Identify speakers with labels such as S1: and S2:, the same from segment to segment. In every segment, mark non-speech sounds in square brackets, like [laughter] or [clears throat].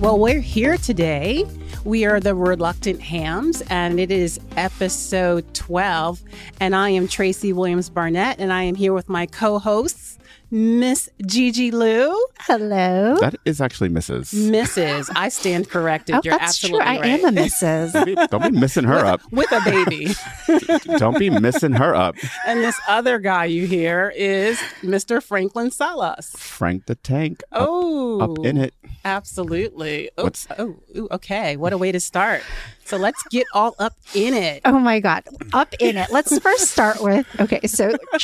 S1: Well, we're here today. We are the Reluctant Hams, and it is episode 12. And I am Tracy Williams Barnett, and I am here with my co hosts, Miss Gigi Lou.
S2: Hello.
S3: That is actually
S2: Mm.
S3: Mrs.
S1: Mrs. I stand corrected.
S2: Oh,
S1: You're
S2: that's true.
S1: absolutely
S2: I
S1: right.
S2: am a Mrs.
S3: Don't be, don't be missing her
S2: [laughs]
S3: up.
S1: with a baby.
S3: Don't be missing her up.
S1: and this other guy you hear is Mr. Franklin Salas.
S3: Frank the Tank. up-
S1: Oh,
S3: Up, in it.
S1: Absolutely. Oh,
S3: What's-
S1: oh, ooh, okay. What a way to start. So let's get all up in
S2: [laughs]
S1: it.
S2: oh my God. Up in it. Let's first start with okay, so [laughs]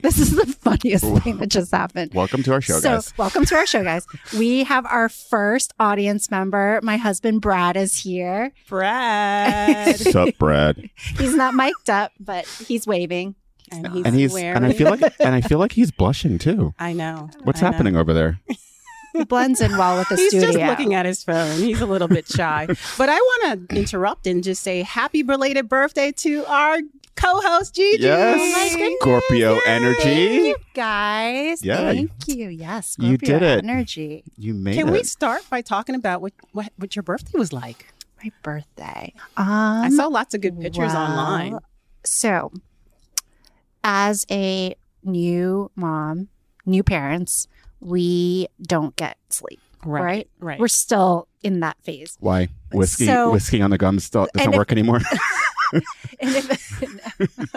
S2: this is the funniest thing that just happened.
S3: Welcome to our show,
S2: so,
S3: guys.
S2: welcome to our show, guys. We have our first audience member. My husband, Brad, is here.
S1: Brad.
S3: Sup,
S2: [laughs]
S3: Brad?
S2: He's not mic'd up, but he's waving.
S1: and he's,
S3: And he's
S1: wearing,
S3: and I feel like and I feel like he's blushing too.
S1: [laughs] I know.
S3: What's
S1: I know.
S3: happening
S2: [laughs]
S3: over there?
S2: He blends in well with the
S1: He's
S2: studio.
S1: just looking at his phone. He's a little bit
S3: [laughs]
S1: shy. but I want to interrupt and just say happy belated birthday to our co-host Gigi.
S3: Yes, Scorpio
S2: Thank
S3: energy.
S2: you, guys.
S3: Yeah,
S2: Thank you. Yes.
S3: you
S2: Scorpio
S3: did it.
S2: Energy.
S3: You made
S1: Can
S3: it.
S1: we start by talking about what what, what your birthday was like?
S2: My birthday.
S1: I
S2: Um,
S1: saw lots of good pictures
S2: Wow.
S1: online.
S2: So, as a new mom, new parents, we don't get sleep, right?
S1: Right.
S2: We're still in that
S1: [laughs]
S2: phase.
S3: Why whiskey?
S2: So-
S3: whiskey on the gums still doesn't
S2: And if- [laughs]
S3: work anymore.
S2: And if-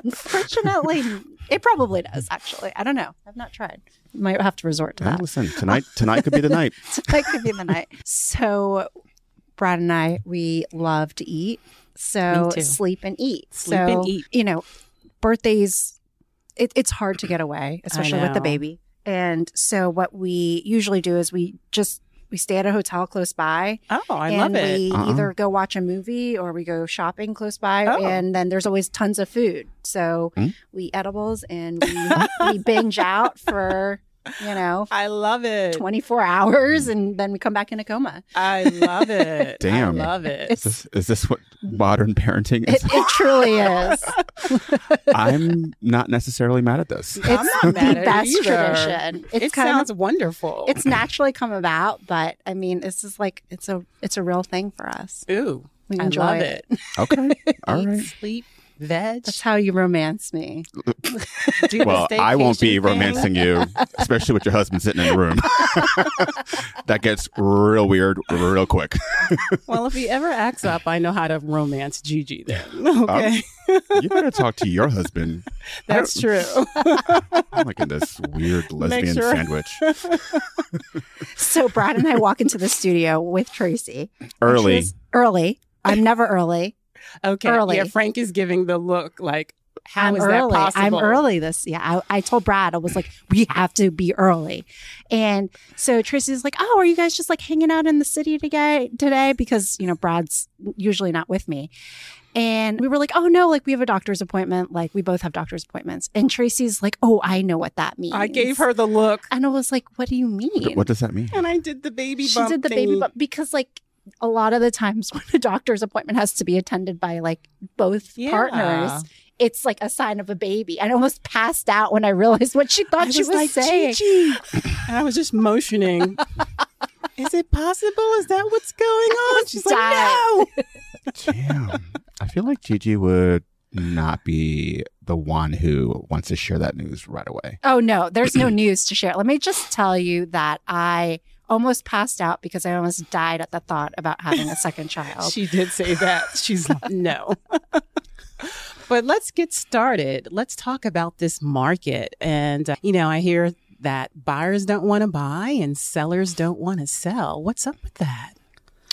S2: unfortunately, it probably does, actually. I don't know. I've not tried. Might have to resort to
S3: Hey,
S1: [laughs]
S2: that. [laughs]
S3: Listen, tonight tonight could be the night.
S2: that could be the night. So, Brad and I, we love to eat. So,
S1: Me too.
S2: sleep and eat.
S1: Sleep
S2: so,
S1: and eat.
S2: You know, birthdays, it, it's hard to get away, especially with the
S1: know.
S2: baby. And so, what we usually do is we just we stay at a hotel close by.
S1: oh, I
S2: and
S1: love it.
S2: We
S3: Uh-uh.
S2: either go watch a movie or we go shopping close by,
S1: Oh.
S2: and then there's always tons of food. So
S3: Hmm.
S2: we edibles and we, [laughs] we binge out for you know
S1: I love it.
S2: 24 hours and then we come back in a coma.
S1: I love
S2: [laughs]
S1: it.
S3: Damn.
S1: I love it.
S3: Is this, is this what modern parenting
S2: It, [laughs]
S3: is?
S1: [laughs]
S2: it truly is.
S3: I'm not necessarily mad at this.
S2: It's
S1: I'm not mad
S2: the
S1: at
S2: best
S1: it either.
S2: tradition. It's
S1: it
S2: kind
S1: sounds
S2: of
S1: wonderful.
S2: it's naturally come about, but I mean, this is like it's a it's a real thing for us.
S1: ooh.
S2: We
S1: I
S2: enjoy
S1: love
S2: it.
S1: it.
S2: [laughs]
S3: Okay. All
S1: Eat,
S3: right.
S1: sleep, veg.
S2: That's how you romance me. [laughs]
S1: do the
S3: [laughs] Well, I won't be
S1: staycation thing.
S3: romancing you, especially with your husband sitting in the room. [laughs] that gets real weird real quick.
S1: Well, if he ever acts up, I know how to romance Gigi then. [laughs] Okay.
S3: Um, You better talk to your husband.
S1: That's true.
S3: [laughs] I'm like in this weird lesbian
S1: sure.
S3: sandwich.
S2: So Brad and I walk into the studio with Tracy. and
S3: Early.
S2: she's early. I'm never early.
S1: Okay.
S2: Early.
S1: Yeah, Frank is giving the look like how
S2: I'm
S1: is
S2: early.
S1: that possible?
S2: I'm early this. Yeah, I, I told Brad I was like, we have to be early, and so Tracy's like, oh, are you guys just like hanging out in the city today? Today because you know Brad's usually not with me, and we were like, oh no, like we have a doctor's appointment. Like we both have doctor's appointments, and Tracy's like, oh, I know what that means.
S1: I gave her the look
S2: and I was like, what do you mean?
S3: What does that mean?
S1: and I did the baby
S2: she
S1: bump.
S2: did the baby
S1: thingy.
S2: bump because like a lot of the times [laughs] when a doctor's appointment has to be attended by like both
S1: Yeah.
S2: partners it's like a sign of a baby i almost passed out when i realized what she thought
S1: I
S2: she was,
S1: like,
S2: saying
S1: Gigi. and I was just
S2: [laughs]
S1: motioning. Is it possible? Is that what's going on? She's like,
S2: Stop.
S1: no.
S3: Damn. I feel like Gigi would not be the one who wants to share that news right away.
S2: oh no there's no news to share let me just tell you that i almost passed out because i almost died at the thought about having a second child
S1: She did say that. She's like, no. [laughs] but let's get started. Let's talk about this market. And, uh, you know, I hear that buyers don't want to buy and sellers don't want to sell. What's up with that?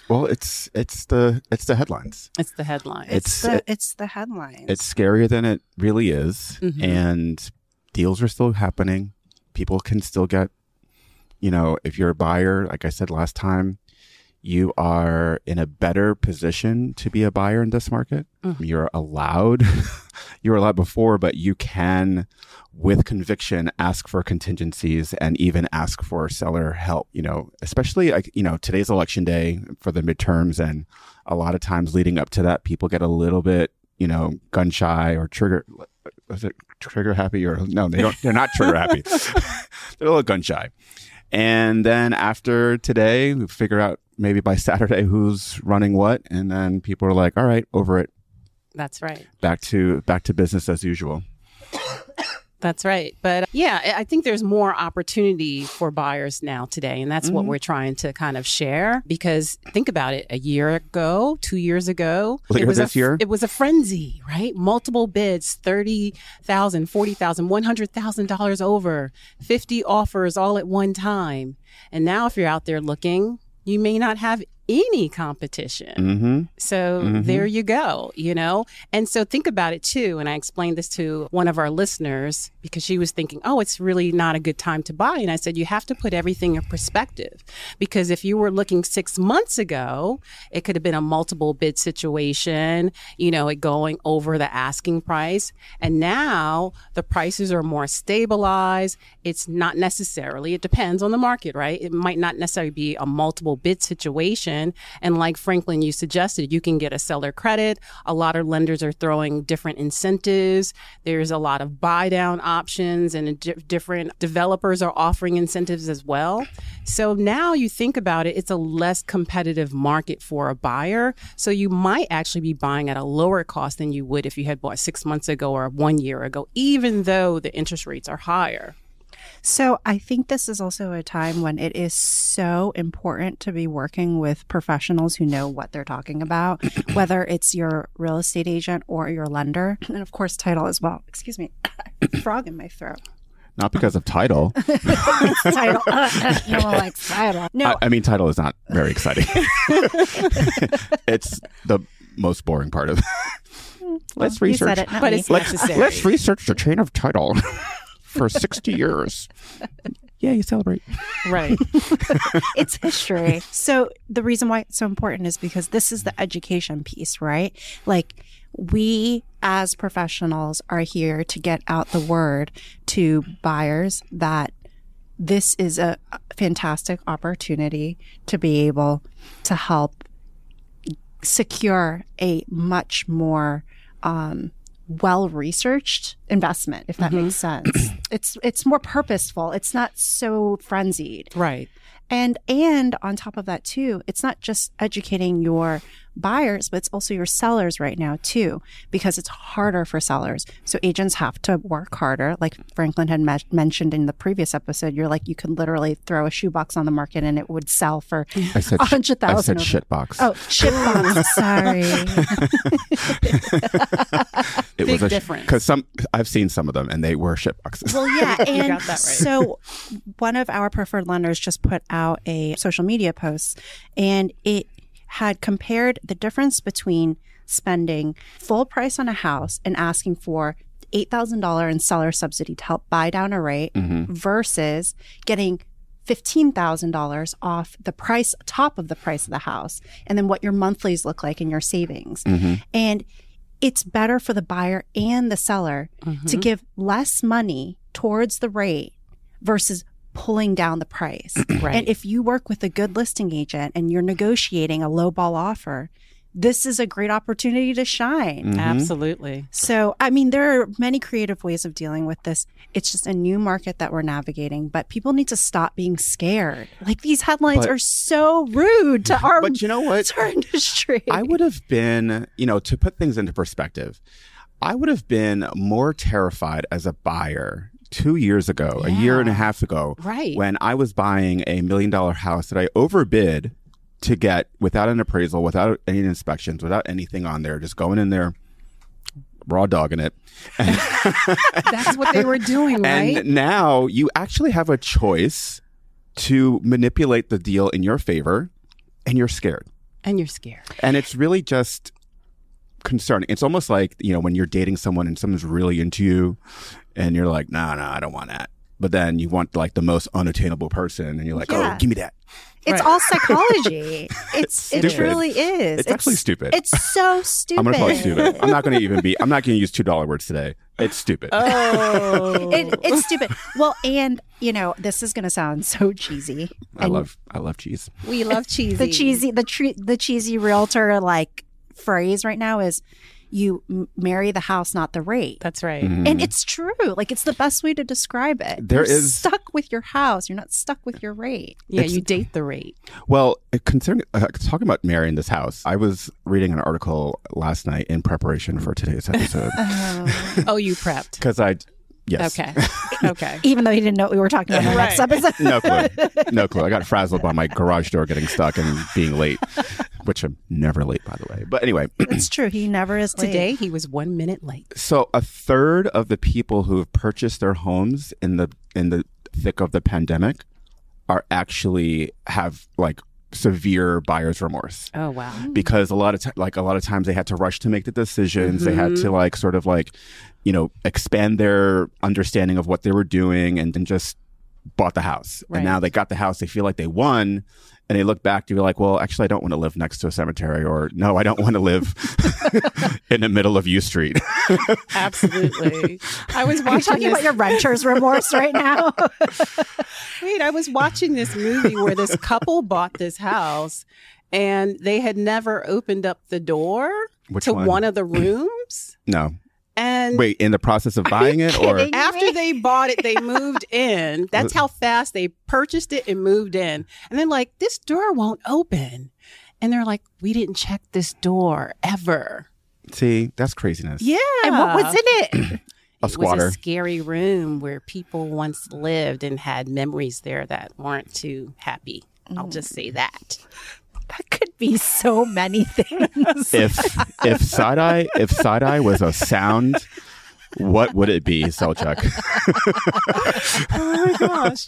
S3: Well, it's it's the it's the headlines.
S1: It's the headline.
S3: It's
S2: the, it's the headlines
S3: it's scarier than it really is
S1: Mhm.
S3: and deals are still happening people can still get you know if you're a buyer like i said last time you are in a better position to be a buyer in this market
S1: Mhm.
S3: you're allowed [laughs] you were allowed before but you can with conviction ask for contingencies and even ask for seller help you know especially like you know today's election day for the midterms and a lot of times leading up to that people get a little bit you know gun shy or trigger uh, was it trigger happy or no they don't they're not
S2: [laughs]
S3: trigger happy they're a little gun shy and then after today we figure out maybe by Saturday who's running what, and then people are like, "All right, over it,
S1: That's right.
S3: back to back to business as usual."
S1: That's right. But uh, yeah, I- I think there's more opportunity for buyers now today. And that's what
S3: Mm-hmm.
S1: we're trying to kind of share because think about it a year ago, two years ago,
S3: Later
S1: it was a,
S3: this year?
S1: It was a frenzy, right? Multiple bids, 30,000, 40,000, $100,000 over, 50 offers all at one time. And now if you're out there looking, you may not have any competition.
S3: Mm-hmm.
S1: So there you go, you know? And so think about it too. And I explained this to one of our listeners because she was thinking, oh, it's really not a good time to buy. And I said, you have to put everything in perspective because if you were looking six months ago, it could have been a multiple bid situation, you know, it going over the asking price. And now the prices are more stabilized. It's not necessarily, it depends on the market, right? It might not necessarily be a multiple bid situation. And like Franklin, you suggested, you can get a seller credit. A lot of lenders are throwing different incentives. There's a lot of buy down options, and di- different developers are offering incentives as well. So now you think about it, it's a less competitive market for a buyer. So you might actually be buying at a lower cost than you would if you had bought six months ago or one year ago, even though the interest rates are higher.
S2: So I think this is also a time when it is so important to be working with professionals who know what they're talking about, whether it's your real estate agent or your lender, [clears throat] and of course title as well. Excuse me, [coughs] frog in my throat.
S3: Not because of title.
S2: Title. [laughs] no one likes title. [laughs] No,
S3: I, I mean, title is not
S2: [laughs]
S3: very exciting. [laughs] it's the most boring part of. Let's
S2: you
S3: research.
S2: said it, not
S1: But
S2: me.
S1: it's necessary.
S3: Let's research the chain of title [laughs] for 60 years.
S2: [laughs]
S3: Yeah, you celebrate.
S1: [laughs] right.
S2: it's history. So the reason why it's so important is because this is the education piece, right? Like we as professionals are here to get out the word to buyers that this is a fantastic opportunity to be able to help secure a much more um, well-researched investment, if that makes sense. It's it's more purposeful. It's not so frenzied.
S1: Right.
S2: And and on top of that too, it's not just educating your buyers, but it's also your sellers right now too, because it's harder for sellers. So agents have to work harder. Like Franklin had me- mentioned in the previous episode, you're like you could literally throw a shoebox on the market and it would sell for
S3: I said,
S2: a hundred
S3: I
S2: thousand.
S3: said shitbox.
S2: Oh, shitbox. Sorry.
S3: it
S1: big
S3: was a
S1: difference.
S3: Because some I've seen some of them and they were shitboxes. [laughs]
S2: Well,
S1: [laughs]
S2: yeah, and
S1: got that right.
S2: so one of our preferred lenders just put out a social media post, and it had compared the difference between spending full price on a house and asking for eight thousand dollar in seller subsidy to help buy down a rate
S3: Mm-hmm.
S2: versus getting. $15,000 off the price, top of the price of the house, and then what your monthlies look like and your savings.
S3: Mm-hmm.
S2: And it's better for the buyer and the seller
S1: Mm-hmm.
S2: to
S3: Mm-hmm.
S2: give less money towards the rate versus pulling down the
S3: [clears throat]
S2: price.
S1: Right.
S2: And if you work with a good listing agent and you're negotiating a low ball offer, this is a great opportunity to shine.
S3: Mm.
S1: Mm-hmm. Absolutely.
S2: So, I mean, there are many creative ways of dealing with this. It's just a new market that we're navigating, but people need to stop being scared. Like these headlines
S3: But-
S2: are so rude
S3: [laughs]
S2: to our,
S3: But you know what?
S2: to [laughs] our industry.
S3: I would have been, you know, to put things into perspective, I would have been more terrified as a buyer two years ago, a year and a half ago,
S1: Right.
S3: when I was buying a million dollar house that I overbid to get without an appraisal, without any inspections, without anything on there, just going in there, raw dogging it.
S1: That's what they were [laughs] doing, right?
S3: And now you actually have a choice to manipulate the deal in your favor, and you're scared.
S1: and you're scared.
S3: And it's really just concerning. It's almost like, you know, when you're dating someone and someone's really into you and you're like, no, no, I don't want that. But then you want like the most unattainable person and you're like,
S2: Yeah.
S3: oh, give me that.
S2: It's
S1: Right.
S2: all
S3: [laughs]
S2: psychology. It's it
S3: Stupid.
S2: truly is.
S3: It's actually stupid.
S2: It's so stupid.
S3: [laughs] I'm going to call it stupid. I'm not going to even be, I'm not going to use $2 words today. It's stupid.
S1: [laughs] Oh.
S2: It, it's stupid. Well, and you know, this is going to sound so cheesy.
S3: I love, I love cheese.
S1: we love cheesy.
S2: The cheesy, the tre- the cheesy realtor like phrase right now is, you m- marry the house, not the rate.
S1: That's right.
S3: Mhm.
S2: And it's true. Like it's the best way to describe it.
S3: There
S2: You're
S3: is-
S2: stuck with your house. You're not stuck with your rate.
S1: Yeah,
S3: It's-
S1: you date the rate.
S3: Well, concerning uh, talking about marrying this house, I was reading an article last night in preparation for today's episode
S2: Oh.
S1: [laughs] Oh, you prepped.
S3: because I, yes,
S1: [laughs] Okay. Okay.
S2: Even though he didn't know what we were talking about in
S1: [laughs]
S2: the
S1: Right.
S2: next episode.
S3: no clue, no clue. I got frazzled by my garage door getting stuck and being late, which I'm never late, by the way. But anyway, [clears throat]
S2: it's true. He never is late.
S1: Today he was one minute late.
S3: so a third of the people who have purchased their homes in the in the thick of the pandemic are actually have like severe buyer's remorse.
S1: Oh [laughs] wow.
S3: because a lot of ti- like a lot of times they had to rush to make the decisions. They had
S1: Mm-hmm.
S3: to like sort of like you know expand their understanding of what they were doing and, and just bought the house.
S1: Right.
S3: And now they got the house. They feel like they won. And they look back to be like, well, actually, I don't want to live next to a cemetery, or no, I don't want to
S1: [laughs]
S3: live [laughs] in the middle of U Street.
S1: Absolutely. I was
S2: Are you
S1: watching
S2: talking
S1: this.
S2: about your renter's remorse
S1: [laughs]
S2: right now?
S1: Wait, I was watching this movie where this couple bought this house and they had never opened up the door
S3: Which
S1: to
S3: one?
S1: one? of the rooms.
S3: No,
S1: And
S3: wait, in the process of buying it, or
S2: kidding?
S1: after they bought it, they moved
S3: [laughs]
S1: in. That's how fast they purchased it and moved in. And they're like, this door won't open. And they're like, we didn't check this door ever.
S3: see, that's craziness.
S1: Yeah.
S2: And what was in it?
S3: a
S1: It was
S3: squatter.
S1: a scary room where people once lived and had memories there that weren't too happy. I'll just say that.
S2: That could be so [laughs] many things.
S3: if if side eye if side eye was a sound, what would it be, Selchuk?
S1: Oh my gosh.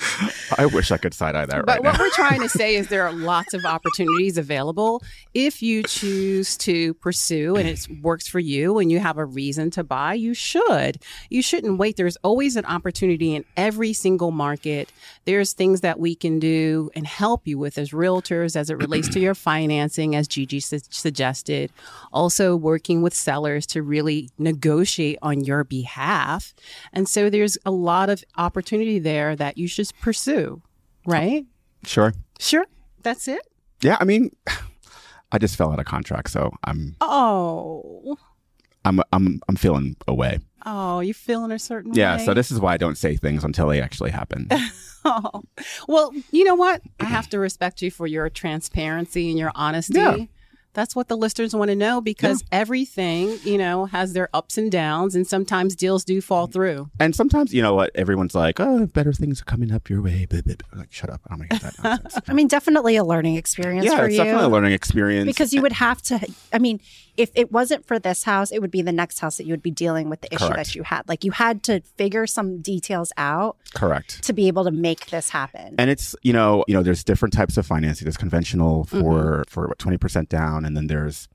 S3: I wish I could side eye that
S1: But
S3: right now.
S1: what we're trying to say is
S3: [laughs]
S1: there are lots of opportunities available if you choose to pursue and it works for you and you have a reason to buy, you should. You shouldn't wait. There's always an opportunity in every single market. There's things that we can do and help you with as realtors as it relates to your financing, as Gigi su- suggested. Also, working with sellers to really negotiate on your behalf. And so there's a lot of opportunity there that you should pursue, right?
S3: Sure.
S1: Sure. That's it.
S3: Yeah, I mean, I just fell out of contract, so I'm
S1: Oh.
S3: I'm I'm I'm feeling away.
S1: Oh, you're feeling a certain
S3: Yeah,
S1: way.
S3: so this is why I don't say things until they actually happen. [laughs]
S1: Oh. [laughs] Well, you know what? I have to respect you for your transparency and your honesty.
S3: Yeah.
S1: That's what the listeners want to know because everything, you know, has their ups and downs, and sometimes deals do fall through.
S3: and sometimes, you know what? Everyone's like, "Oh, better things are coming up your way." Blah, blah, blah. Like, shut up! I don't want to hear that nonsense.
S2: I mean, definitely a learning experience
S3: yeah,
S2: for
S3: it's
S2: you.
S3: definitely a learning experience.
S2: because you would have to i mean if it wasn't for this house it would be the next house that you would be dealing with the issue
S3: Correct.
S2: that you had like you had to figure some details out
S3: correct.
S2: to be able to make this happen
S3: and it's you know you know there's different types of financing there's conventional for for what 20% down and then there's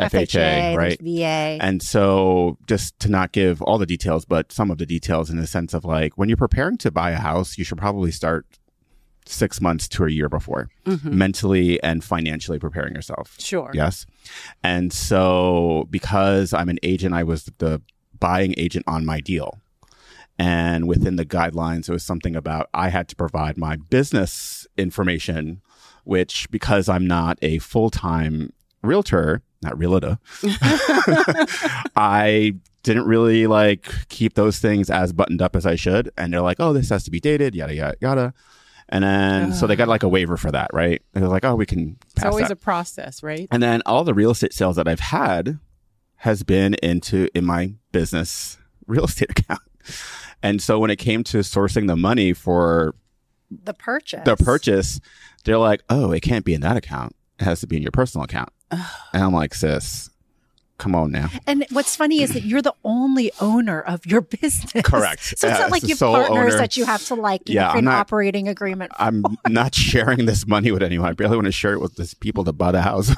S3: fha,
S2: there's
S3: right
S2: va
S3: and so just to not give all the details but some of the details in the sense of like when you're preparing to buy a house you should probably start six months to a year before mentally and financially preparing yourself
S1: Mm-hmm. Sure.
S3: Yes. And so because I'm an agent, I was the buying agent on my deal. And within the guidelines, it was something about I had to provide my business information, which because I'm not a full time realtor, not realtor, [laughs] I didn't really like keep those things as buttoned up as I should. And they're like, oh, this has to be dated, yada, yada, yada. And then, so they got like a waiver for that, right? And they're like, oh, we can
S1: Ah. It's
S3: pass
S1: always
S3: that.
S1: a process,
S3: [laughs]
S1: right?
S3: And then all the real estate sales that I've had has been into in my business [laughs] real estate account. And so when it came to sourcing the money for
S2: the purchase
S3: the purchase, they're like, "Oh, it can't be in that account. It has to be in your personal account." and I'm like, "Sis, come on now."
S2: and what's funny is that you're the only owner of your business [laughs]
S3: Correct.
S2: so it's
S3: Yeah,
S2: not
S3: it's
S2: like
S3: the
S2: you have
S3: sole
S2: partners
S3: owner.
S2: that you have to like you
S3: Yeah,
S2: know, create
S3: I'm
S2: an
S3: not-
S2: operating agreement
S3: I'm not sharing this money with anyone. I barely want to share it with these people that bought a house.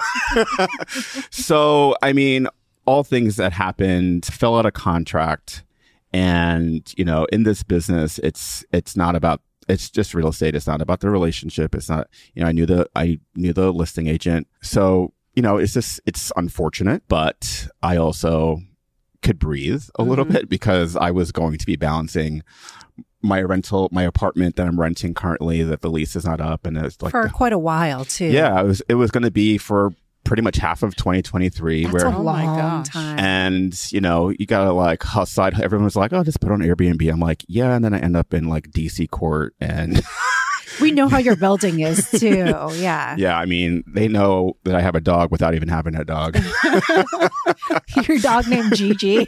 S3: [laughs] so, I mean, all things that happened, fell out a contract, and you know, in this business, it's it's not about it's just real estate. It's not about the relationship. It's not you know, I knew the I knew the listing agent, so you know, it's just it's unfortunate, but I also could breathe a little
S1: Mhm.
S3: bit because I was going to be balancing my rental, my apartment that I'm renting currently that the lease is not up, and it's like
S2: for quite a while too
S3: yeah, it was it was going to be for pretty much half of 2023
S2: That's
S3: where
S2: a
S1: Oh
S2: long
S1: my gosh.
S2: time.
S3: and you know you gotta like hustle everyone's like oh just put it on airbnb i'm like yeah and then i end up in like dc court and
S2: we know how your building
S3: [laughs]
S2: is too. Yeah.
S3: yeah i mean they know that i have a dog without even having
S2: [laughs]
S3: a dog [laughs]
S2: Your dog named Gigi.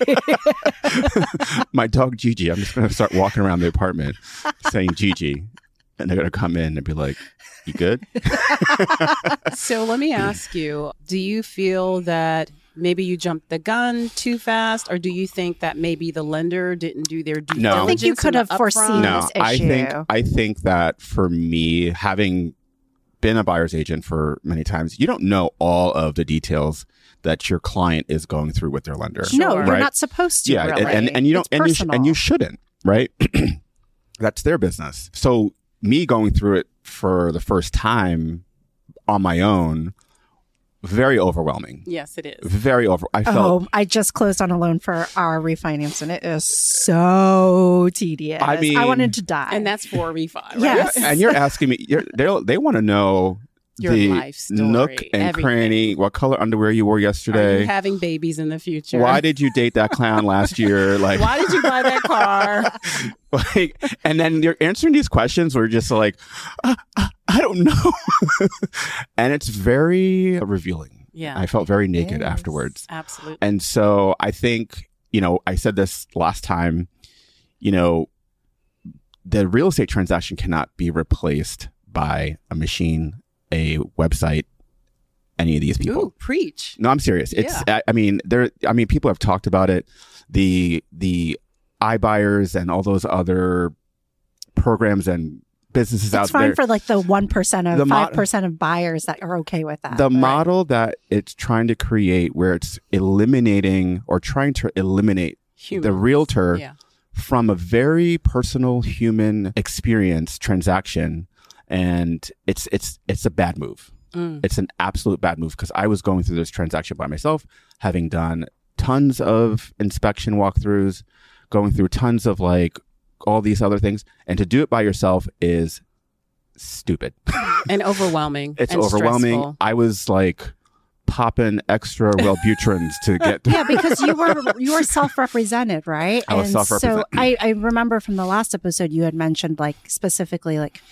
S3: my dog gigi i'm just gonna start walking around the
S2: [laughs]
S3: apartment saying gigi and they're gonna come in and be like you good
S1: So let
S3: Mm.
S1: me ask you do you feel that maybe you jumped the gun too fast, or do you think that maybe the lender didn't do their due
S3: No. I
S2: think you
S1: diligence
S2: could
S1: in the
S2: have foreseen
S1: upfront?
S2: No.
S3: no
S2: this
S3: i think
S2: issue.
S3: i think that for me having been a buyer's agent for many times you don't know all of the details that your client is going through with their lender
S2: No, you're
S3: Right.
S2: not supposed to.
S3: yeah and-
S2: really.
S3: and, and you don't
S2: It's
S3: and you, sh- and
S2: personal.
S3: you shouldn't right [clears throat] that's their business so me going through it for the first time on my own very overwhelming
S1: Yes, it is.
S3: very over i felt
S2: Oh, I just closed on a loan for our refinance, and it is so tedious.
S3: I mean-
S2: I wanted to die.
S1: And that's for a refi, right?
S2: Yes.
S3: and you're asking me you're, they'll- they want to know
S1: Your
S3: the
S1: life story,
S3: nook and
S1: everything.
S3: cranny what color underwear you wore
S1: Are you
S3: yesterday
S1: having babies in the future?
S3: why did you date that clown
S1: [laughs]
S3: last year like
S1: Why did you buy that
S3: [laughs]
S1: car?
S3: like and then you're answering these questions where you're just like "Uh, uh, i don't know [laughs] and it's very revealing
S1: Yeah,
S3: i felt very naked
S2: Yes.
S3: afterwards
S1: absolutely.
S3: and so i think you know i said this last time you know the real estate transaction cannot be replaced by a machine a website any of these people
S1: Ooh, preach.
S3: no, I'm serious. It's I, I mean there I mean people have talked about it. The the iBuyers and all those other programs and businesses
S2: it's
S3: out
S2: fine
S3: there.
S2: for like the one percent
S3: The
S2: of
S3: mo-
S2: five percent of buyers that are okay with that.
S3: the
S2: right?
S3: model that it's trying to create where it's eliminating or trying to eliminate
S1: Human.
S3: the realtor
S1: Yeah.
S3: from a very personal human experience transaction and it's it's it's a bad move.
S1: Mm.
S3: it's an absolute bad move because I was going through this transaction by myself, having done tons of inspection walkthroughs, going through tons of like all these other things, and to do it by yourself is stupid. [laughs]
S1: And overwhelming.
S3: It's
S1: and
S3: overwhelming.
S1: stressful.
S3: I was like popping extra Wellbutrins
S1: [laughs]
S3: to get through.
S2: yeah, because you were you were self represented, right?
S3: I was
S2: and
S3: self-represented.
S2: So I, I remember from the last episode you had mentioned like specifically like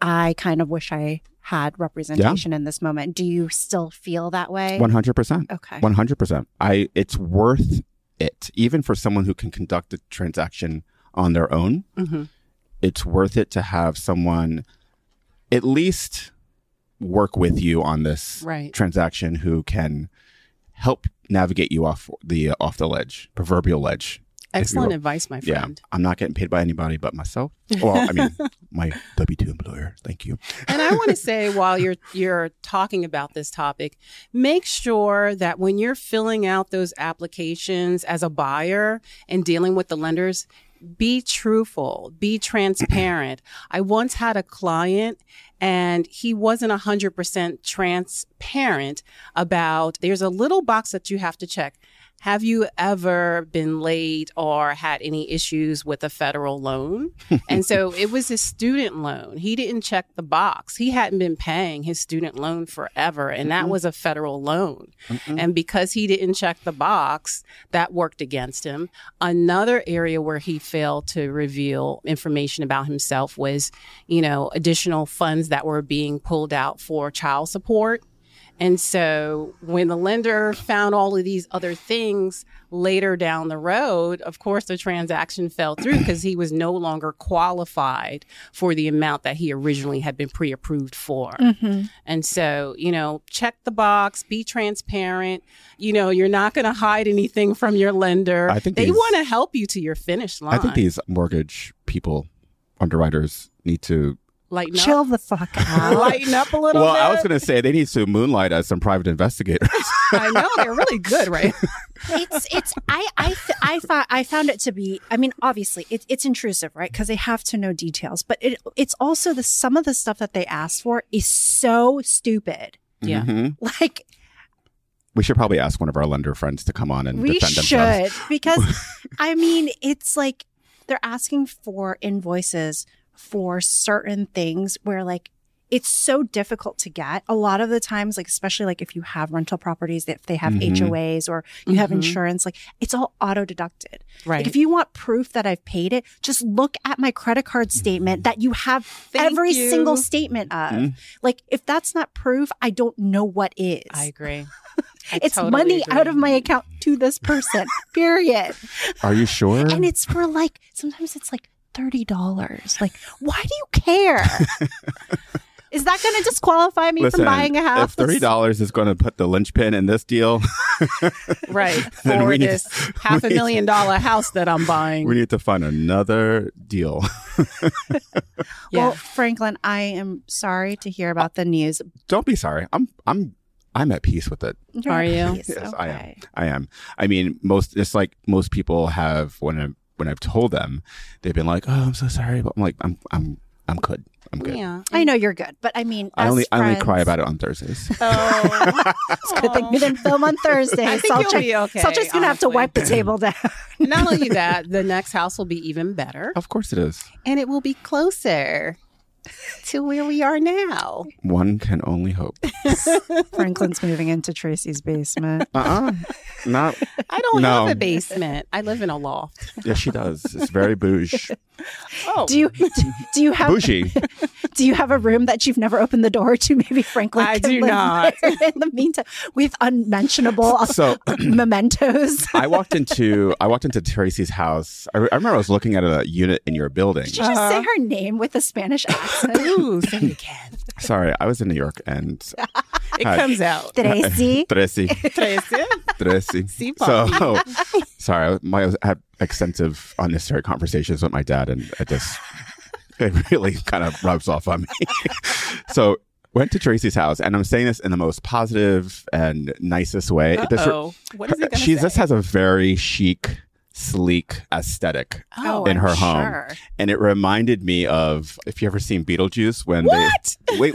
S2: I kind of wish I had representation in this moment. Do you still feel that way?
S3: one hundred percent,
S2: okay.
S3: one hundred percent. I it's worth it, even for someone who can conduct a transaction on their own.
S1: Mhm.
S3: it's worth it to have someone at least work with you on this
S1: Right.
S3: transaction who can help navigate you off the uh, off the ledge, proverbial ledge.
S1: Excellent
S3: will.
S1: advice, my
S3: Yeah,
S1: friend.
S3: I'm not getting paid by anybody but myself. Well,
S1: [laughs]
S3: I mean, my W two employer. Thank you.
S1: and I want to say while you're you're talking about this topic, make sure that when you're filling out those applications as a buyer and dealing with the lenders, be truthful, be transparent. I once had a client and he wasn't 100% transparent about there's a little box that you have to check. Have you ever been late or had any issues with a federal loan? and so it was his student loan. He didn't check the box. He hadn't been paying his student loan forever, and that was a federal loan. And because he didn't check the box, that worked against him. Another area where he failed to reveal information about himself was, you know, additional funds that were being pulled out for child support. And so when the lender found all of these other things later down the road, of course the transaction fell through because he was no longer qualified for the amount that he originally had been pre approved for.
S2: Mm. Mm-hmm.
S1: And so, you know, check the box, be transparent. You know, you're not going to hide anything from your lender.
S3: I think
S1: they
S3: these-
S1: want to help you to your finish line.
S3: I think these mortgage people, underwriters, need to.
S1: lighten
S2: Chill
S1: up.
S2: the [laughs] fuck out.
S1: Lighten up a little
S3: Well,
S1: bit.
S3: I was going to say they need to moonlight as some private investigators.
S1: I know they're really good,
S3: [laughs]
S1: right?
S2: it's it's I I th- I thought I found it to be I mean obviously it, it's intrusive right because they have to know details but it it's also the some of the stuff that they ask for is so stupid
S1: [laughs] Yeah.
S3: Mhm.
S2: like
S3: we should probably ask one of our lender friends to come on and
S2: we
S3: defend
S2: should
S3: themselves. [laughs]
S2: because I mean it's like they're asking for invoices for certain things where like it's so difficult to get. A lot of the times, like, especially like if you have rental properties, if they have
S3: Mhm.
S2: HOAs or you have
S1: Mhm.
S2: insurance, like it's all auto deducted.
S1: Right.
S2: Like, if you want proof that I've paid it, just look at my credit card
S3: Mm-hmm.
S2: statement that you have
S1: Thank
S2: every
S1: you.
S2: single statement of.
S3: Mhm.
S2: Like, if that's not proof, I don't know what is.
S1: I [laughs] agree. I
S2: it's
S1: totally
S2: money
S1: agree.
S2: out of my account to this person, period.
S3: Are you sure?
S2: And it's for like, sometimes it's like $30. Like, why do you
S1: [laughs]
S2: care? Is that going to disqualify me
S3: Listen,
S2: from buying a house?
S3: if thirty dollars is going to put the linchpin in this deal,
S1: [laughs]
S3: [laughs]
S1: right [laughs]
S3: Then
S1: for
S3: we need-
S1: this half a
S3: [laughs] we need-
S1: million dollar house that I'm buying.
S3: we need to find another deal. [laughs]
S1: yeah.
S2: Well, Franklin, I am sorry to hear about the news.
S3: Don't be sorry. I'm I'm I'm at peace with it.
S2: You're
S1: Are
S2: at
S1: you?
S2: peace.
S3: Yes, I am.
S2: Okay.
S3: I am. I mean, most just like most people have when I when I've told them, they've been like, "Oh, I'm so sorry," but I'm like, "I'm I'm I'm good. I'm good."
S1: yeah.
S2: I know you're good, but I mean,
S3: I
S2: as
S3: only I only cry
S2: friends-
S3: about it on Thursdays.
S1: [laughs] Oh,
S3: [laughs]
S1: [laughs]
S2: Good thing we didn't film on Thursday.
S1: I think
S2: so
S1: you'll be okay.
S2: so I'm just gonna have to
S1: honestly.
S2: wipe the
S1: [laughs]
S2: table down.
S1: Not only that, the next house will be even better,
S3: of course, it is.
S1: and it will be closer to where we are now.
S3: One can
S1: [laughs]
S3: only hope.
S2: Franklin's moving into Tracy's basement.
S3: Uh uh Not.
S1: I don't
S3: No.
S1: have a basement. I live in a loft.
S3: Yeah, she does. It's very bouge.
S1: Oh,
S2: Do you do, do you have
S3: Bougie.
S2: do you have a room that you've never opened the door to? [laughs] Maybe Franklin.
S1: I
S2: can
S1: do
S2: live
S1: not.
S2: there In the meantime, with
S1: [laughs]
S2: unmentionable
S3: So
S2: mementos.
S3: I walked into I walked into Tracy's house. I, re- I remember I was looking at a unit in your building.
S2: Did you just
S1: Uh-huh.
S2: say her name with a Spanish accent?
S1: Ooh, say it again.
S3: Sorry, I was in New York and
S1: It
S3: Hi.
S1: comes [laughs] out.
S3: [laughs]
S2: Tracy.
S3: Tracy,
S1: Tracy. [laughs]
S3: Tracy.
S1: See,
S3: So sorry, my I had extensive unnecessary conversations with my dad, and it just it really kind of rubs off on me. [laughs] so went to Tracy's house, and I'm saying this in the most positive and nicest way. It just re-
S1: Oh, what is it
S3: she
S1: going to
S3: just
S1: say?
S3: has a very chic, sleek aesthetic.
S1: Oh,
S3: in her home. and it reminded me of if you ever seen Beetlejuice when
S1: What?
S3: they [laughs] wait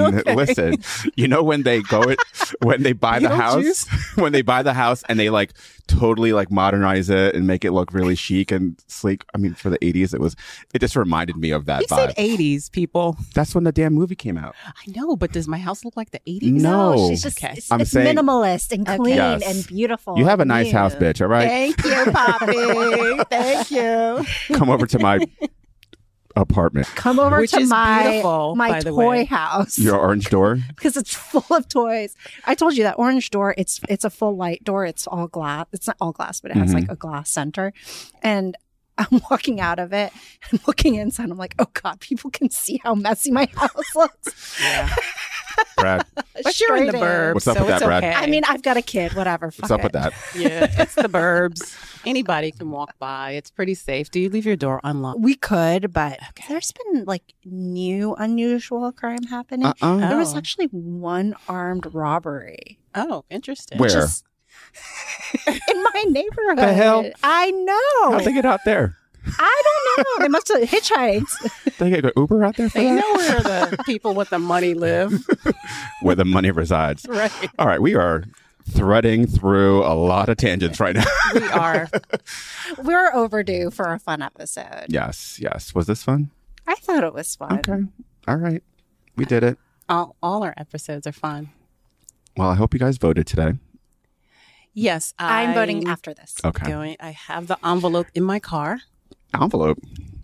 S1: [laughs] Okay.
S3: listen you know when they go it when they buy the house [laughs] when they buy the house and they like totally like modernize it and make it look really chic and sleek I mean for the 80s it was it just reminded me of that
S1: You
S3: vibe
S1: said 80s, people.
S3: that's when the damn movie came out
S1: I know, but does my house look like the 80s?
S3: no,
S2: she's just
S1: Okay.
S2: it's,
S3: I'm
S2: it's
S3: saying-
S2: minimalist and clean
S3: Yes.
S2: and beautiful.
S1: Oh,
S3: you have a
S2: and
S3: nice
S2: new.
S3: house bitch all right
S1: Thank
S3: [laughs]
S1: you, Poppy. Thank you.
S3: come over
S1: [laughs]
S3: to my apartment
S2: Come over
S1: Which
S2: to
S1: is
S2: my
S1: beautiful,
S2: my
S1: by the
S2: toy
S1: way.
S2: house
S3: your orange door
S2: because it's [laughs] full of toys. I told you that orange door. It's it's a full light door. It's all glass. It's not all glass, but it has
S3: Mhm.
S2: like a glass center. And I'm [laughs] walking out of it and looking inside. I'm like, oh god, people can see how messy my [laughs] house looks.
S1: Yeah.
S3: Brad
S1: But you're in the
S2: Straight
S1: burbs,
S3: What's up
S1: so
S3: with
S1: it's
S3: that, Brad?
S1: okay.
S2: I mean, I've got a kid. Whatever.
S3: what's
S2: fuck
S3: up with
S2: it.
S3: that
S1: [laughs] yeah, it's the burbs. Anybody can walk by. It's pretty safe. Do you leave your door unlocked?
S2: We could, but there's been like new unusual crime happening.
S3: uh-uh
S2: There was
S1: Oh.
S2: actually one armed robbery.
S1: Oh, interesting. [laughs]
S3: Where?
S2: Just [laughs] in my neighborhood.
S3: The hell?
S2: I know.
S3: how'd they get out there
S2: I don't know. They must have hitchhiked.
S3: they get Uber out there for
S1: They
S3: that
S1: know where [laughs] the people with the money live,
S3: where the money resides.
S1: [laughs] right?
S3: All right, we are threading through a lot of tangents right now. [laughs]
S1: We are.
S2: We're overdue for a fun episode.
S3: yes, yes. Was this fun?
S2: I thought it was fun.
S3: Okay. All right. We did it.
S1: All, all our episodes are fun.
S3: Well, I hope you guys voted today.
S1: Yes, I,
S2: I'm voting after this.
S3: Okay.
S1: Going. I have the envelope in my car.
S3: Envelope.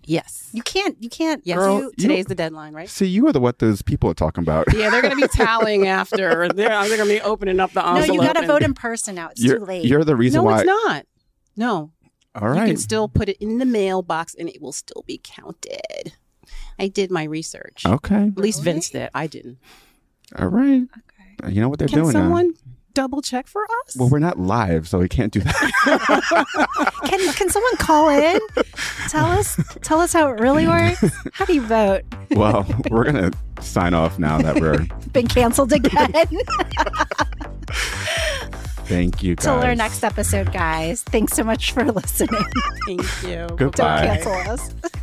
S1: Yes.
S2: You can't. You can't.
S1: Yes.
S3: Girl,
S1: you-
S3: you-
S1: today's the deadline, right?
S3: See, you are the what those people are talking about.
S1: Yeah, they're going to be tallying after. They're, they're going to be opening up the
S2: No,
S1: envelope.
S2: you got to
S1: and-
S2: vote in person now. It's
S3: [laughs] you're,
S2: too late.
S3: you're the reason
S1: No,
S3: why.
S1: it's not. No,
S3: All
S1: You can
S3: right.
S1: still put it in the mailbox and it will still be counted. I did my research.
S3: okay.
S1: At least
S2: Really?
S1: Vince did. I didn't.
S3: All right.
S2: okay.
S3: You know what they're
S1: Can
S3: doing now.
S1: someone double check for us?
S3: Well, we're not live, so we can't
S1: [laughs]
S3: do that.
S2: Can Can someone call in? [laughs] tell us. Tell us how it really works. How do you vote?
S3: well, we're gonna sign off now
S1: [laughs]
S3: that we're.
S2: Been canceled again. [laughs]
S3: Thank you guys.
S2: Till our next episode, guys. Thanks so much for listening.
S1: Thank you.
S3: Goodbye.
S2: Don't
S3: Bye.
S2: cancel us.